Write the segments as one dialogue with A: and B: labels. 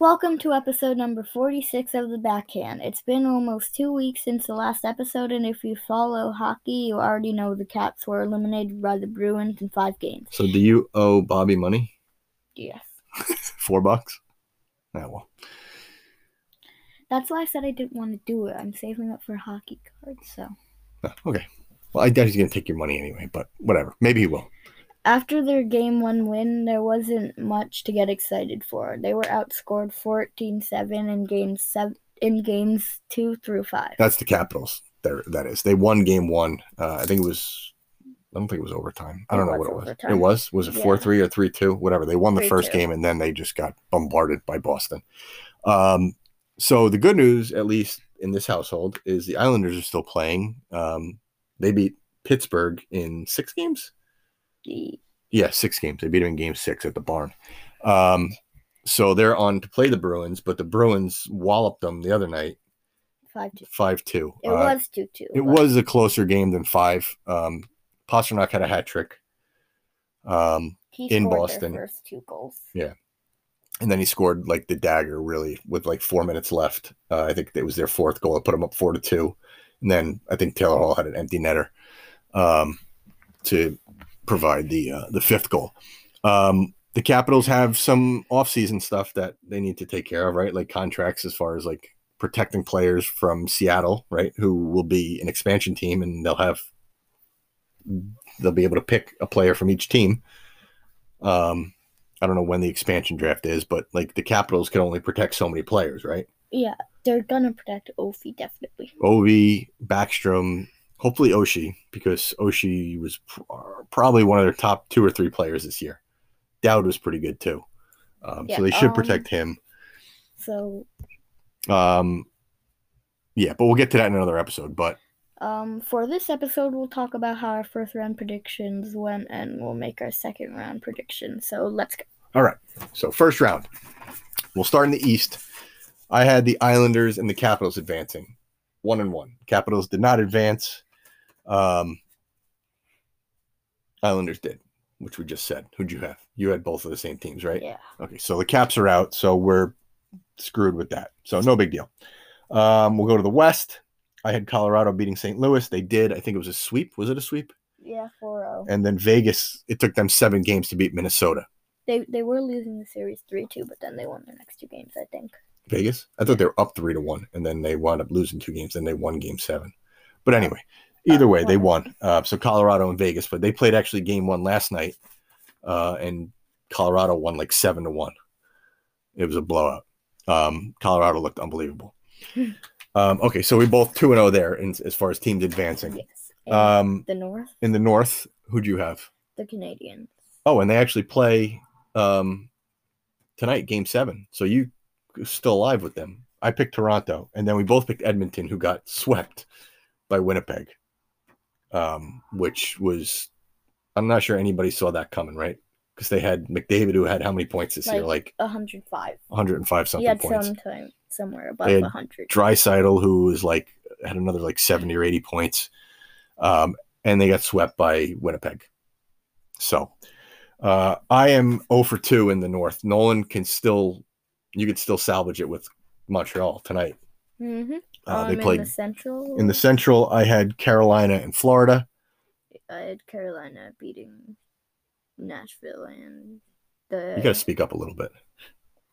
A: Welcome to episode number 46 of The Backhand. It's been almost two weeks since the last episode, and if you follow hockey, you already know the Caps were eliminated by the Bruins in five games.
B: So do you owe Bobby money?
A: Yes.
B: Four bucks? Yeah, well.
A: That's why I said I didn't want to do it. I'm saving up for a hockey cards, so.
B: No, ah, okay. Well, I doubt he's going to take your money anyway, but whatever. Maybe he will.
A: After their game one win, there wasn't much to get excited for. They were outscored 14-7 in games seven, in games 2 through 5.
B: That's the Capitals. There, that is. They won game one. Uh, I think it was. I don't think it was overtime. I
A: It
B: don't know
A: was
B: what it was.
A: overtime.
B: It was. Was it
A: Yeah.
B: four three or three two? Whatever. They won the first
A: 3-2.
B: game and then they just got bombarded by Boston. Um, so the good news, at least in this household, is the Islanders are still playing. Um, they beat Pittsburgh in six games.
A: The-
B: Yeah, six games. They beat them in game six at the barn. Um, so they're on to play the Bruins, but the Bruins walloped them the other night,
A: 5-2.
B: five two.
A: It
B: Uh,
A: was 2-2. but
B: It was a closer game than five. Um, Pasternak had a hat trick, um,
A: he
B: in
A: scored their
B: Boston.
A: first two goals.
B: and then he scored like the dagger, really, with like four minutes left. Uh, I think that was their fourth goal. It put them up four to two, and then I think Taylor Hall had an empty netter um, to provide the uh, the fifth goal. Um, the Capitals have some offseason stuff that they need to take care of, right? Like contracts as far as like protecting players from Seattle, right? Who will be an expansion team and they'll have they'll be able to pick a player from each team. Um I don't know when the expansion draft is, but like the Capitals can only protect so many players, right?
A: Yeah, they're gonna protect Ofi definitely.
B: Ovi, Backstrom, hopefully Oshi, because Oshi was pr- probably one of their top two or three players this year. Dowd was pretty good too. Um,
A: Yeah,
B: so they should
A: um,
B: protect him.
A: So,
B: Um, yeah, but we'll get to that in another episode. But
A: um, for this episode, we'll talk about how our first round predictions went, and we'll make our second round predictions. So let's go.
B: so first round, we'll start in the East. I had the Islanders and the Capitals advancing, one and one. Capitals did not advance. Um, Islanders did, which we just said. Who'd you have? You had both of the same teams, right?
A: Yeah.
B: Okay, so the caps are out, so we're screwed with that. So no big deal. Um, we'll go to the West. I had Colorado beating St. Louis. They did. I think it was a sweep. Was it a sweep?
A: Yeah, uh, 4 0.
B: And then Vegas, it took them seven games to beat Minnesota.
A: They, they were losing the series 3 2, but then they won their next two games, I think.
B: Vegas? I thought they were up three to one, and then they wound up losing two games, and they won game seven. But anyway, either way, they won. Uh, so Colorado and Vegas, but they played actually game one last night, uh, and Colorado won like seven to one. It was a blowout. Um, Colorado looked unbelievable.
A: Hmm.
B: Um, okay, so we both two and zero there, in, as far as teams advancing.
A: Yes. And
B: Um,
A: the North,
B: in the North, who do you have?
A: the Canadians.
B: Oh, and they actually play um, tonight, Game Seven. So you still alive with them. I picked Toronto, and then we both picked Edmonton, who got swept by Winnipeg, um, which was I'm not sure anybody saw that coming, right? Because they had McDavid, who had how many points this year? Like
A: 105.
B: 105
A: He
B: something
A: had
B: points.
A: sometime somewhere above
B: They had
A: 100.
B: Drysidel, who was like had another like 70 or 80 points. Um, and they got swept by Winnipeg. So uh, I am 0 for 2 in the North. Nolan can still, you could still salvage it with Montreal tonight.
A: Mm-hmm.
B: Uh,
A: um,
B: they played
A: in the Central.
B: in the Central. I had Carolina and Florida.
A: I had uh, Carolina beating Nashville and
B: You got to
A: the
B: speak up a little bit.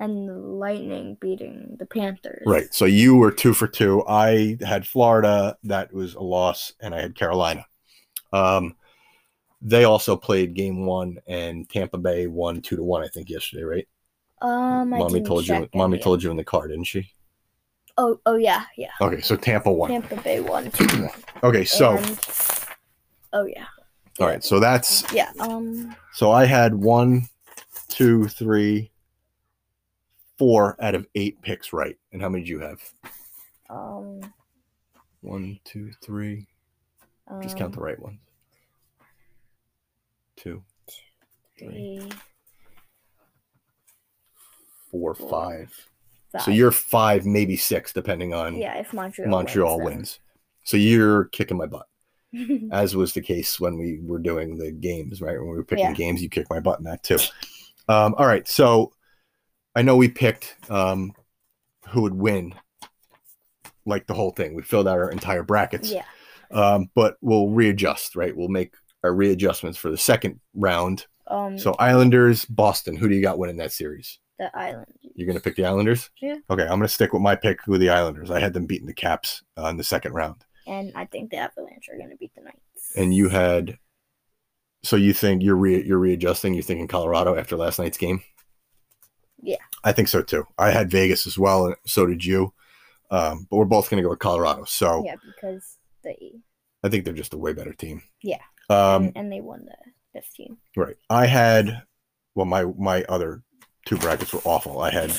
A: and the Lightning beating the Panthers.
B: Right. So you were two for two. I had Florida, that was a loss, and I had Carolina. Um, they also played game one, and Tampa Bay won two to one, I think, yesterday, right?
A: Um, I
B: mommy
A: didn't
B: told you.
A: check
B: Mommy
A: any.
B: told you in the car, didn't she?
A: Oh, oh yeah, yeah.
B: Okay, so Tampa won.
A: Tampa Bay won. 2-1.
B: Okay, so
A: And- oh yeah,
B: all right, so that's
A: yeah. Um,
B: so I had one, two, three, four out of eight picks right, and how many did you have?
A: um,
B: One, two, three. Just count the
A: um,
B: right ones. Two,
A: three,
B: four,
A: Four.
B: five. So
A: five.
B: you're five, maybe six, depending on
A: yeah. If Montreal
B: Montreal wins.
A: wins.
B: So you're kicking my butt,
A: then.
B: as was the case when we were doing the games, right? When we were picking
A: Yeah.
B: games, you kicked my butt in that too. Um, all right, so I know we picked um, who would win, like the whole thing. We filled out our entire brackets,
A: Yeah.
B: um, but we'll readjust, right? We'll make our readjustments for the second round.
A: Um,
B: So Islanders, Boston. Who do you got winning that series?
A: the island.
B: You're gonna pick the Islanders.
A: Yeah.
B: Okay, I'm gonna stick with my pick with the Islanders. I had them beating the Caps on the second round,
A: And I think the Avalanche are going to beat the Knights.
B: and you had. So you think you're re- you're readjusting? You're thinking Colorado after last night's game?
A: Yeah.
B: I think so too. I had Vegas as well, and so did you. Um, but we're both gonna go with Colorado. So
A: Yeah, because they
B: I think they're just a way better team.
A: Yeah.
B: Um,
A: and, and they won the fifth team.
B: Right. I had well my my other two brackets were awful. I had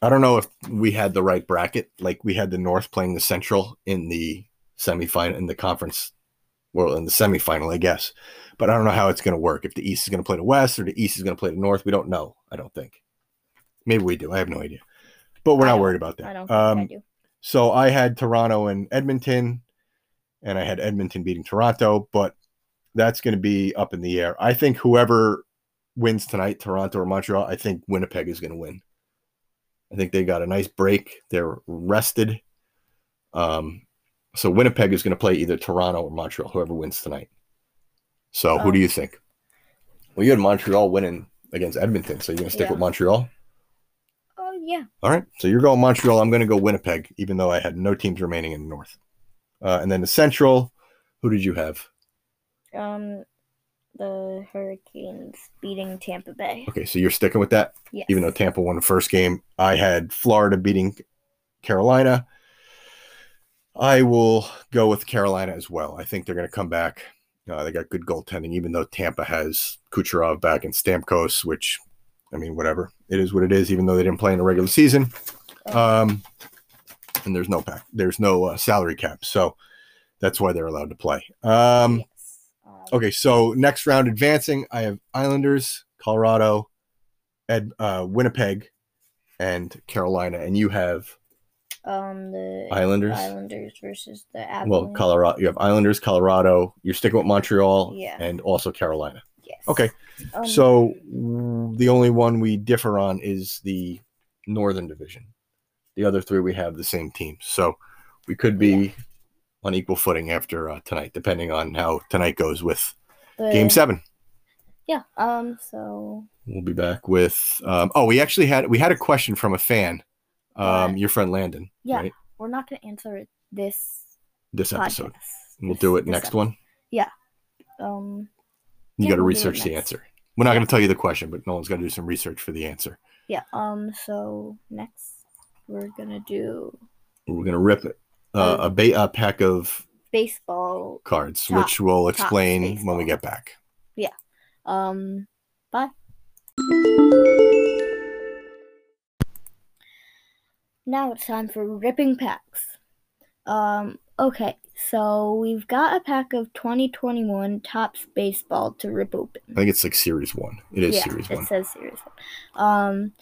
B: I don't know if we had the right bracket. Like we had the North playing the Central in the semifinal in the conference well in the semifinal, I guess. But I don't know how it's gonna work. If the East is gonna play the West or the East is gonna play the North, we don't know, I don't think. Maybe we do. I have no idea. But we're
A: I
B: not
A: don't-
B: worried about that.
A: I don't think I
B: um,
A: do.
B: so I had Toronto and Edmonton, and I had Edmonton beating Toronto, but that's going to be up in the air. I think whoever wins tonight, Toronto or Montreal, I think Winnipeg is going to win. I think they got a nice break. They're rested. Um, so Winnipeg is going to play either Toronto or Montreal, whoever wins tonight. So who do
A: Um,
B: you think? Well, you had Montreal winning against Edmonton, so you're going to stick
A: Yeah.
B: with Montreal.
A: Oh yeah,
B: All right. So you're going Montreal. I'm going to go Winnipeg, even though I had no teams remaining in the North. Uh, and then the Central, who did you have?
A: um, the Hurricanes beating Tampa Bay.
B: Okay. So you're sticking with that,
A: Yes.
B: even though Tampa won the first game. I had Florida beating Carolina. I will go with Carolina as well. I think they're going to come back. Uh, they got good goaltending, even though Tampa has Kucherov back and Stamkos, which, I mean, whatever. It is what it is, even though they didn't play in the regular season. um, and there's no pack, there's no uh, salary cap, so that's why they're allowed to play. Um,
A: yes. Um,
B: okay, so next round advancing, I have Islanders, Colorado, Ed, uh, Winnipeg, and Carolina, and you have
A: Um, the
B: Islanders.
A: Islanders versus the Avalanche.
B: Well, Colorado, you have Islanders, Colorado. You're sticking with Montreal,
A: Yeah.
B: and also Carolina.
A: Yes.
B: Okay,
A: Um,
B: so mm, the only one we differ on is the Northern Division. The other three we have the same teams, so we could be on equal footing after uh, tonight, depending on how tonight goes with
A: the,
B: Game Seven.
A: Yeah. Um. So
B: We'll be back with. Um, oh, we actually had we had a question from a fan, um,
A: Yeah.
B: your friend Landon.
A: Yeah.
B: Right?
A: we're not gonna answer it this
B: This episode,
A: podcast.
B: we'll
A: This-
B: do it
A: this
B: next
A: ep-
B: one.
A: Um.
B: You
A: Yeah,
B: got to
A: we'll do it
B: research the
A: next.
B: answer. We're not
A: Yeah.
B: going to tell you the question, but Nolan's got to do some research for the answer.
A: Yeah. Um. So next we're gonna do
B: We're going to rip uh,
A: Oh.
B: a, ba- a pack of
A: baseball.
B: cards,
A: Top-
B: which we'll explain when
A: baseball.
B: we get back.
A: Um. Bye. Now it's time for ripping packs. Um. Okay. So we've got a pack of 2021 Topps baseball to rip open.
B: I think it's like series one. It is series
A: it
B: one.
A: says series one. Um,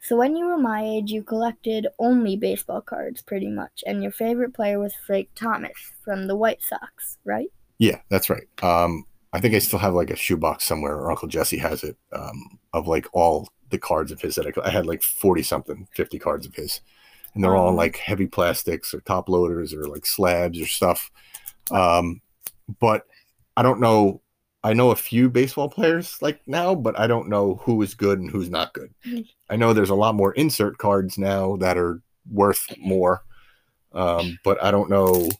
A: so when you were my age, you collected only baseball cards, pretty much, and your favorite player was Frank Thomas from the White Sox, right?
B: Yeah, that's right. Um, I think I still have like a shoebox somewhere, or Uncle Jesse has it, um, of like all the cards of his that I, I had like 40 something, 50 cards of his. And they're all in
A: Um.
B: like heavy plastics or top loaders or like slabs or stuff. Um, but I don't know. I know a few baseball players like now, but I don't know who is good and who's not good. I know there's a lot more insert cards now that are worth more, um, but I don't know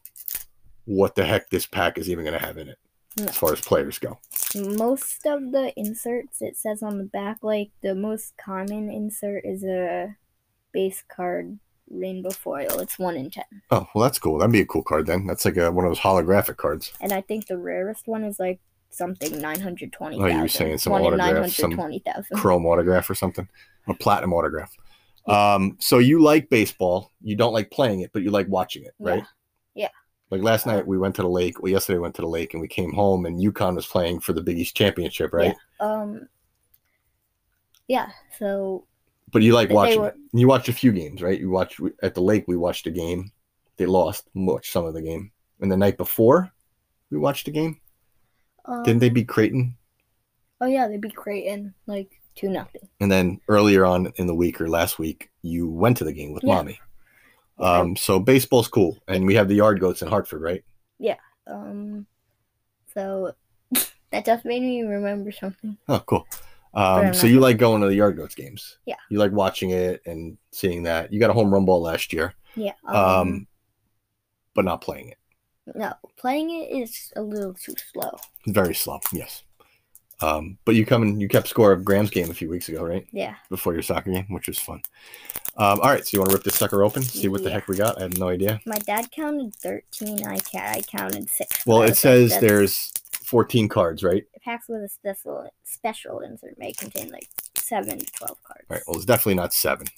B: what the heck this pack is even going to have in it
A: No.
B: as far as players go.
A: Most of the inserts it says on the back, like the most common insert is a base card rainbow foil. It's one in ten,
B: Oh, well, that's cool. That'd be a cool card then. That's like a, one of those holographic cards.
A: and I think the rarest one is like something nine hundred twenty.
B: Oh, you were saying some
A: one in nine
B: autograph, some
A: hundred twenty thousand.
B: Chrome autograph or something, a platinum autograph. Um, so you like baseball. You don't like playing it, but you like watching it, right?
A: Yeah. Yeah.
B: Like last night we went to the lake. Well, yesterday we went to the lake and we came home and UConn was playing for the Big East Championship, right?
A: Um. Yeah. So
B: But you like
A: They
B: watching.
A: were-
B: it. You watched a few games, right? You watched at the lake. We watched a game. They lost. Watched some of the game. And the night before, we watched a game.
A: Um,
B: Didn't they beat Creighton?
A: Oh yeah, they beat Creighton like two nothing.
B: And then earlier on in the week or last week, you went to the game with
A: Yeah.
B: mommy. Um, so baseball's cool, and we have the yard goats in Hartford, right?
A: Um, so that just made me remember something.
B: Oh, cool.
A: I'm
B: Um, so
A: not
B: you like going to the yard goats games?
A: Yeah.
B: You like watching it and seeing that. You got a home run ball last year,
A: Yeah.
B: um, but not playing it.
A: no, playing it is a little too slow.
B: Very slow. Yes. Um, but you come and you kept score of Graham's game a few weeks ago, right?
A: Yeah.
B: Before your soccer game, which was fun. Um, all right, so you want to rip this sucker open? See what the
A: Yeah.
B: heck we got? I have no idea.
A: My dad counted thirteen. I cat. I counted six.
B: Well,
A: but I was
B: it
A: like,
B: says
A: "That's-
B: there's 14 cards, right?
A: packs with a special special insert may contain like seven to twelve cards.
B: All right. Well, it's definitely not seven.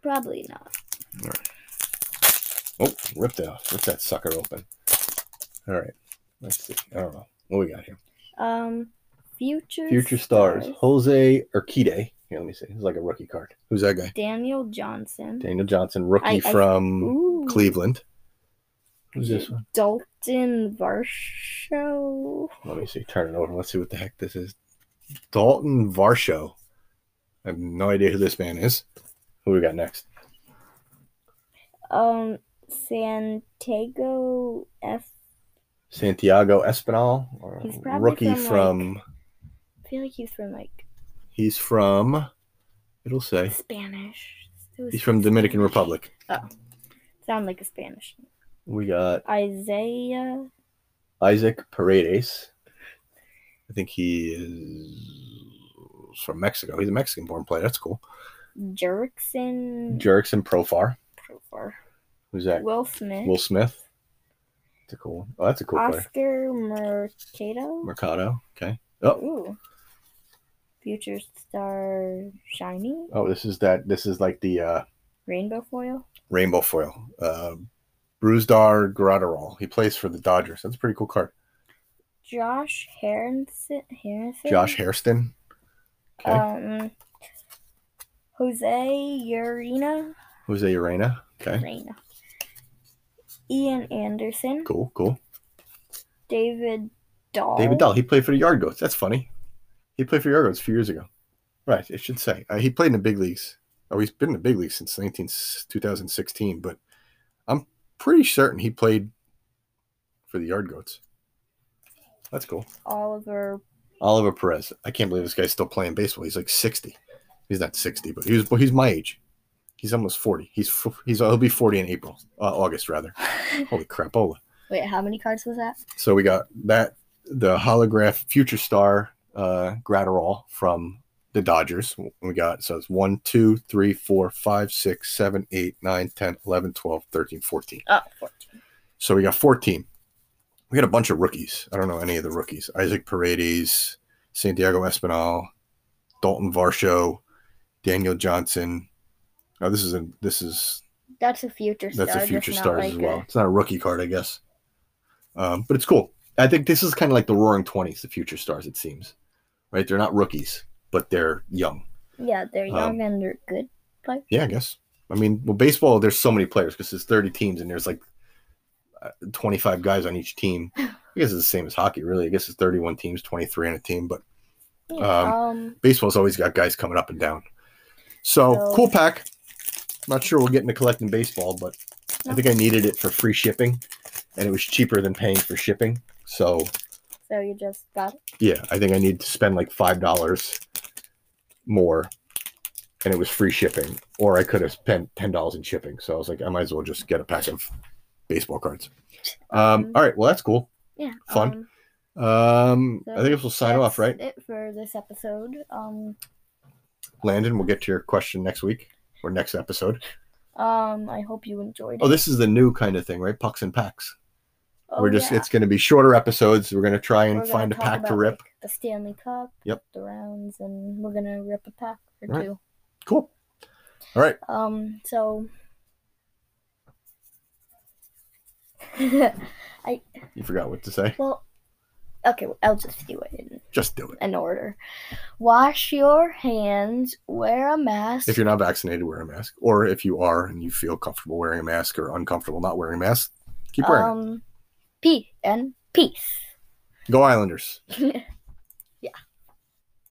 A: Probably not.
B: Oh, rip that off. Rip that sucker open. All right. Let's see. I don't know. What we got here?
A: Um, future
B: Future stars. Jose Urquidy. Here, let me see. It's like a rookie card. Who's that guy?
A: Daniel Johnson.
B: Daniel Johnson, rookie
A: I- I-
B: from
A: Ooh,
B: Cleveland. Who's this one?
A: Dalton Varsho.
B: Let me see. Turn it over. Let's see what the heck this is. Dalton Varsho. I have no idea who this man is. Who we got next?
A: Um, Santiago F.
B: Santiago Espinal, or
A: He's probably from,
B: rookie
A: like-
B: from.
A: I feel like he's from like
B: He's from. It'll say
A: Spanish. It was
B: he's from Dominican
A: Spanish.
B: Republic.
A: Sound like a Spanish.
B: We got
A: Isaiah.
B: Isaac Paredes. I think he is from Mexico. He's a Mexican-born player. That's cool.
A: Jerickson.
B: Jerickson Profar.
A: Profar.
B: Who's that?
A: Will Smith.
B: Will Smith. That's a cool one. Oh, that's a cool player.
A: Oscar Mercado.
B: Mercado. Okay. Oh,
A: Ooh. Future Star Shiny.
B: oh, this is that. This is like the uh,
A: Rainbow Foil.
B: rainbow foil. Uh, Bruzdar Graterol. He plays for the Dodgers. That's a pretty cool card.
A: Josh Harrison. Harrison?
B: Josh Hairston. Okay.
A: Um, Jose Urina.
B: Jose Urena. Okay.
A: Urena. Ian Anderson.
B: Cool. Cool.
A: David Dahl.
B: David Dahl. He played for the Yard Goats. That's funny. He played for the Yard Goats a few years ago. Right, it should say. Uh, he played in the big leagues. Oh, he's been in the big leagues since 19, 2016, but I'm pretty certain he played for the Yard Goats. That's cool.
A: Oliver.
B: Oliver Perez. I can't believe this guy's still playing baseball. He's like 60. He's not 60, but he was. But he's my age. He's almost 40. He's f- he's he'll be 40 in April, uh, August rather. Holy Oh, crapola!
A: Wait, how many cards was that?
B: So we got that the holograph future star uh Gratterall from the Dodgers. We got so it's 1, 2, 3, 4, 5, 6, 7, 8, 9, 10, 11, 12, 13, 14.
A: Oh, 14.
B: So we got 14. We got a bunch of rookies. I don't know any of the rookies. Isaac Paredes, Santiago Espinal, Dalton Varsho, Daniel Johnson. Oh, this is a this is
A: That's a future star.
B: that's a future
A: just not
B: stars
A: like
B: as
A: a-
B: well. It's not a rookie card, I guess. Um, but it's cool. I think this is kind of like the Roaring Twenties, the future stars. It seems, right? They're not rookies, but they're young.
A: Yeah, they're young
B: Um,
A: and they're good.
B: Yeah, I guess. I mean, well, baseball. There's so many players because there's 30 teams and there's like uh, 25 guys on each team. I guess it's the same as hockey, really. I guess it's 31 teams, 23 on a team, but
A: Yeah,
B: um,
A: um
B: baseball's always got guys coming up and down. So
A: So-
B: cool pack. Not sure we'll get into collecting baseball, but I
A: No.
B: think I needed it for free shipping, and it was cheaper than paying for shipping. So
A: So you just got
B: yeah, I think I need to spend like five dollars more, and it was free shipping, or I could have spent ten dollars in shipping. So I was like, I might as well just get a pack of baseball cards. Um,
A: Um,
B: all right, well that's cool.
A: yeah
B: Fun.
A: um,
B: Um, I
A: so
B: think this will sign off,
A: that's
B: right,
A: It for this episode. Um,
B: Landon? We'll get to your question next week or next episode.
A: um, I hope you enjoyed.
B: Oh,
A: it.
B: this is the new kind of thing, right? Pucks and packs.
A: Oh,
B: We're just
A: yeah.
B: it's going to be shorter episodes. We're going to try and
A: We're gonna
B: find a
A: talk
B: pack to
A: about,
B: rip.
A: like, the Stanley Cup.
B: Yep.
A: The rounds, and we're gonna rip a pack or
B: Right.
A: two.
B: Cool. All right.
A: Um, so.
B: You forgot what to say.
A: well, okay, I'll just do it in,
B: Just do it.
A: in order. Wash your hands. Wear a mask.
B: If you're not vaccinated, wear a mask. Or if you are and you feel comfortable wearing a mask or uncomfortable not wearing a mask, keep wearing
A: um, pee and peace.
B: it. Go Islanders.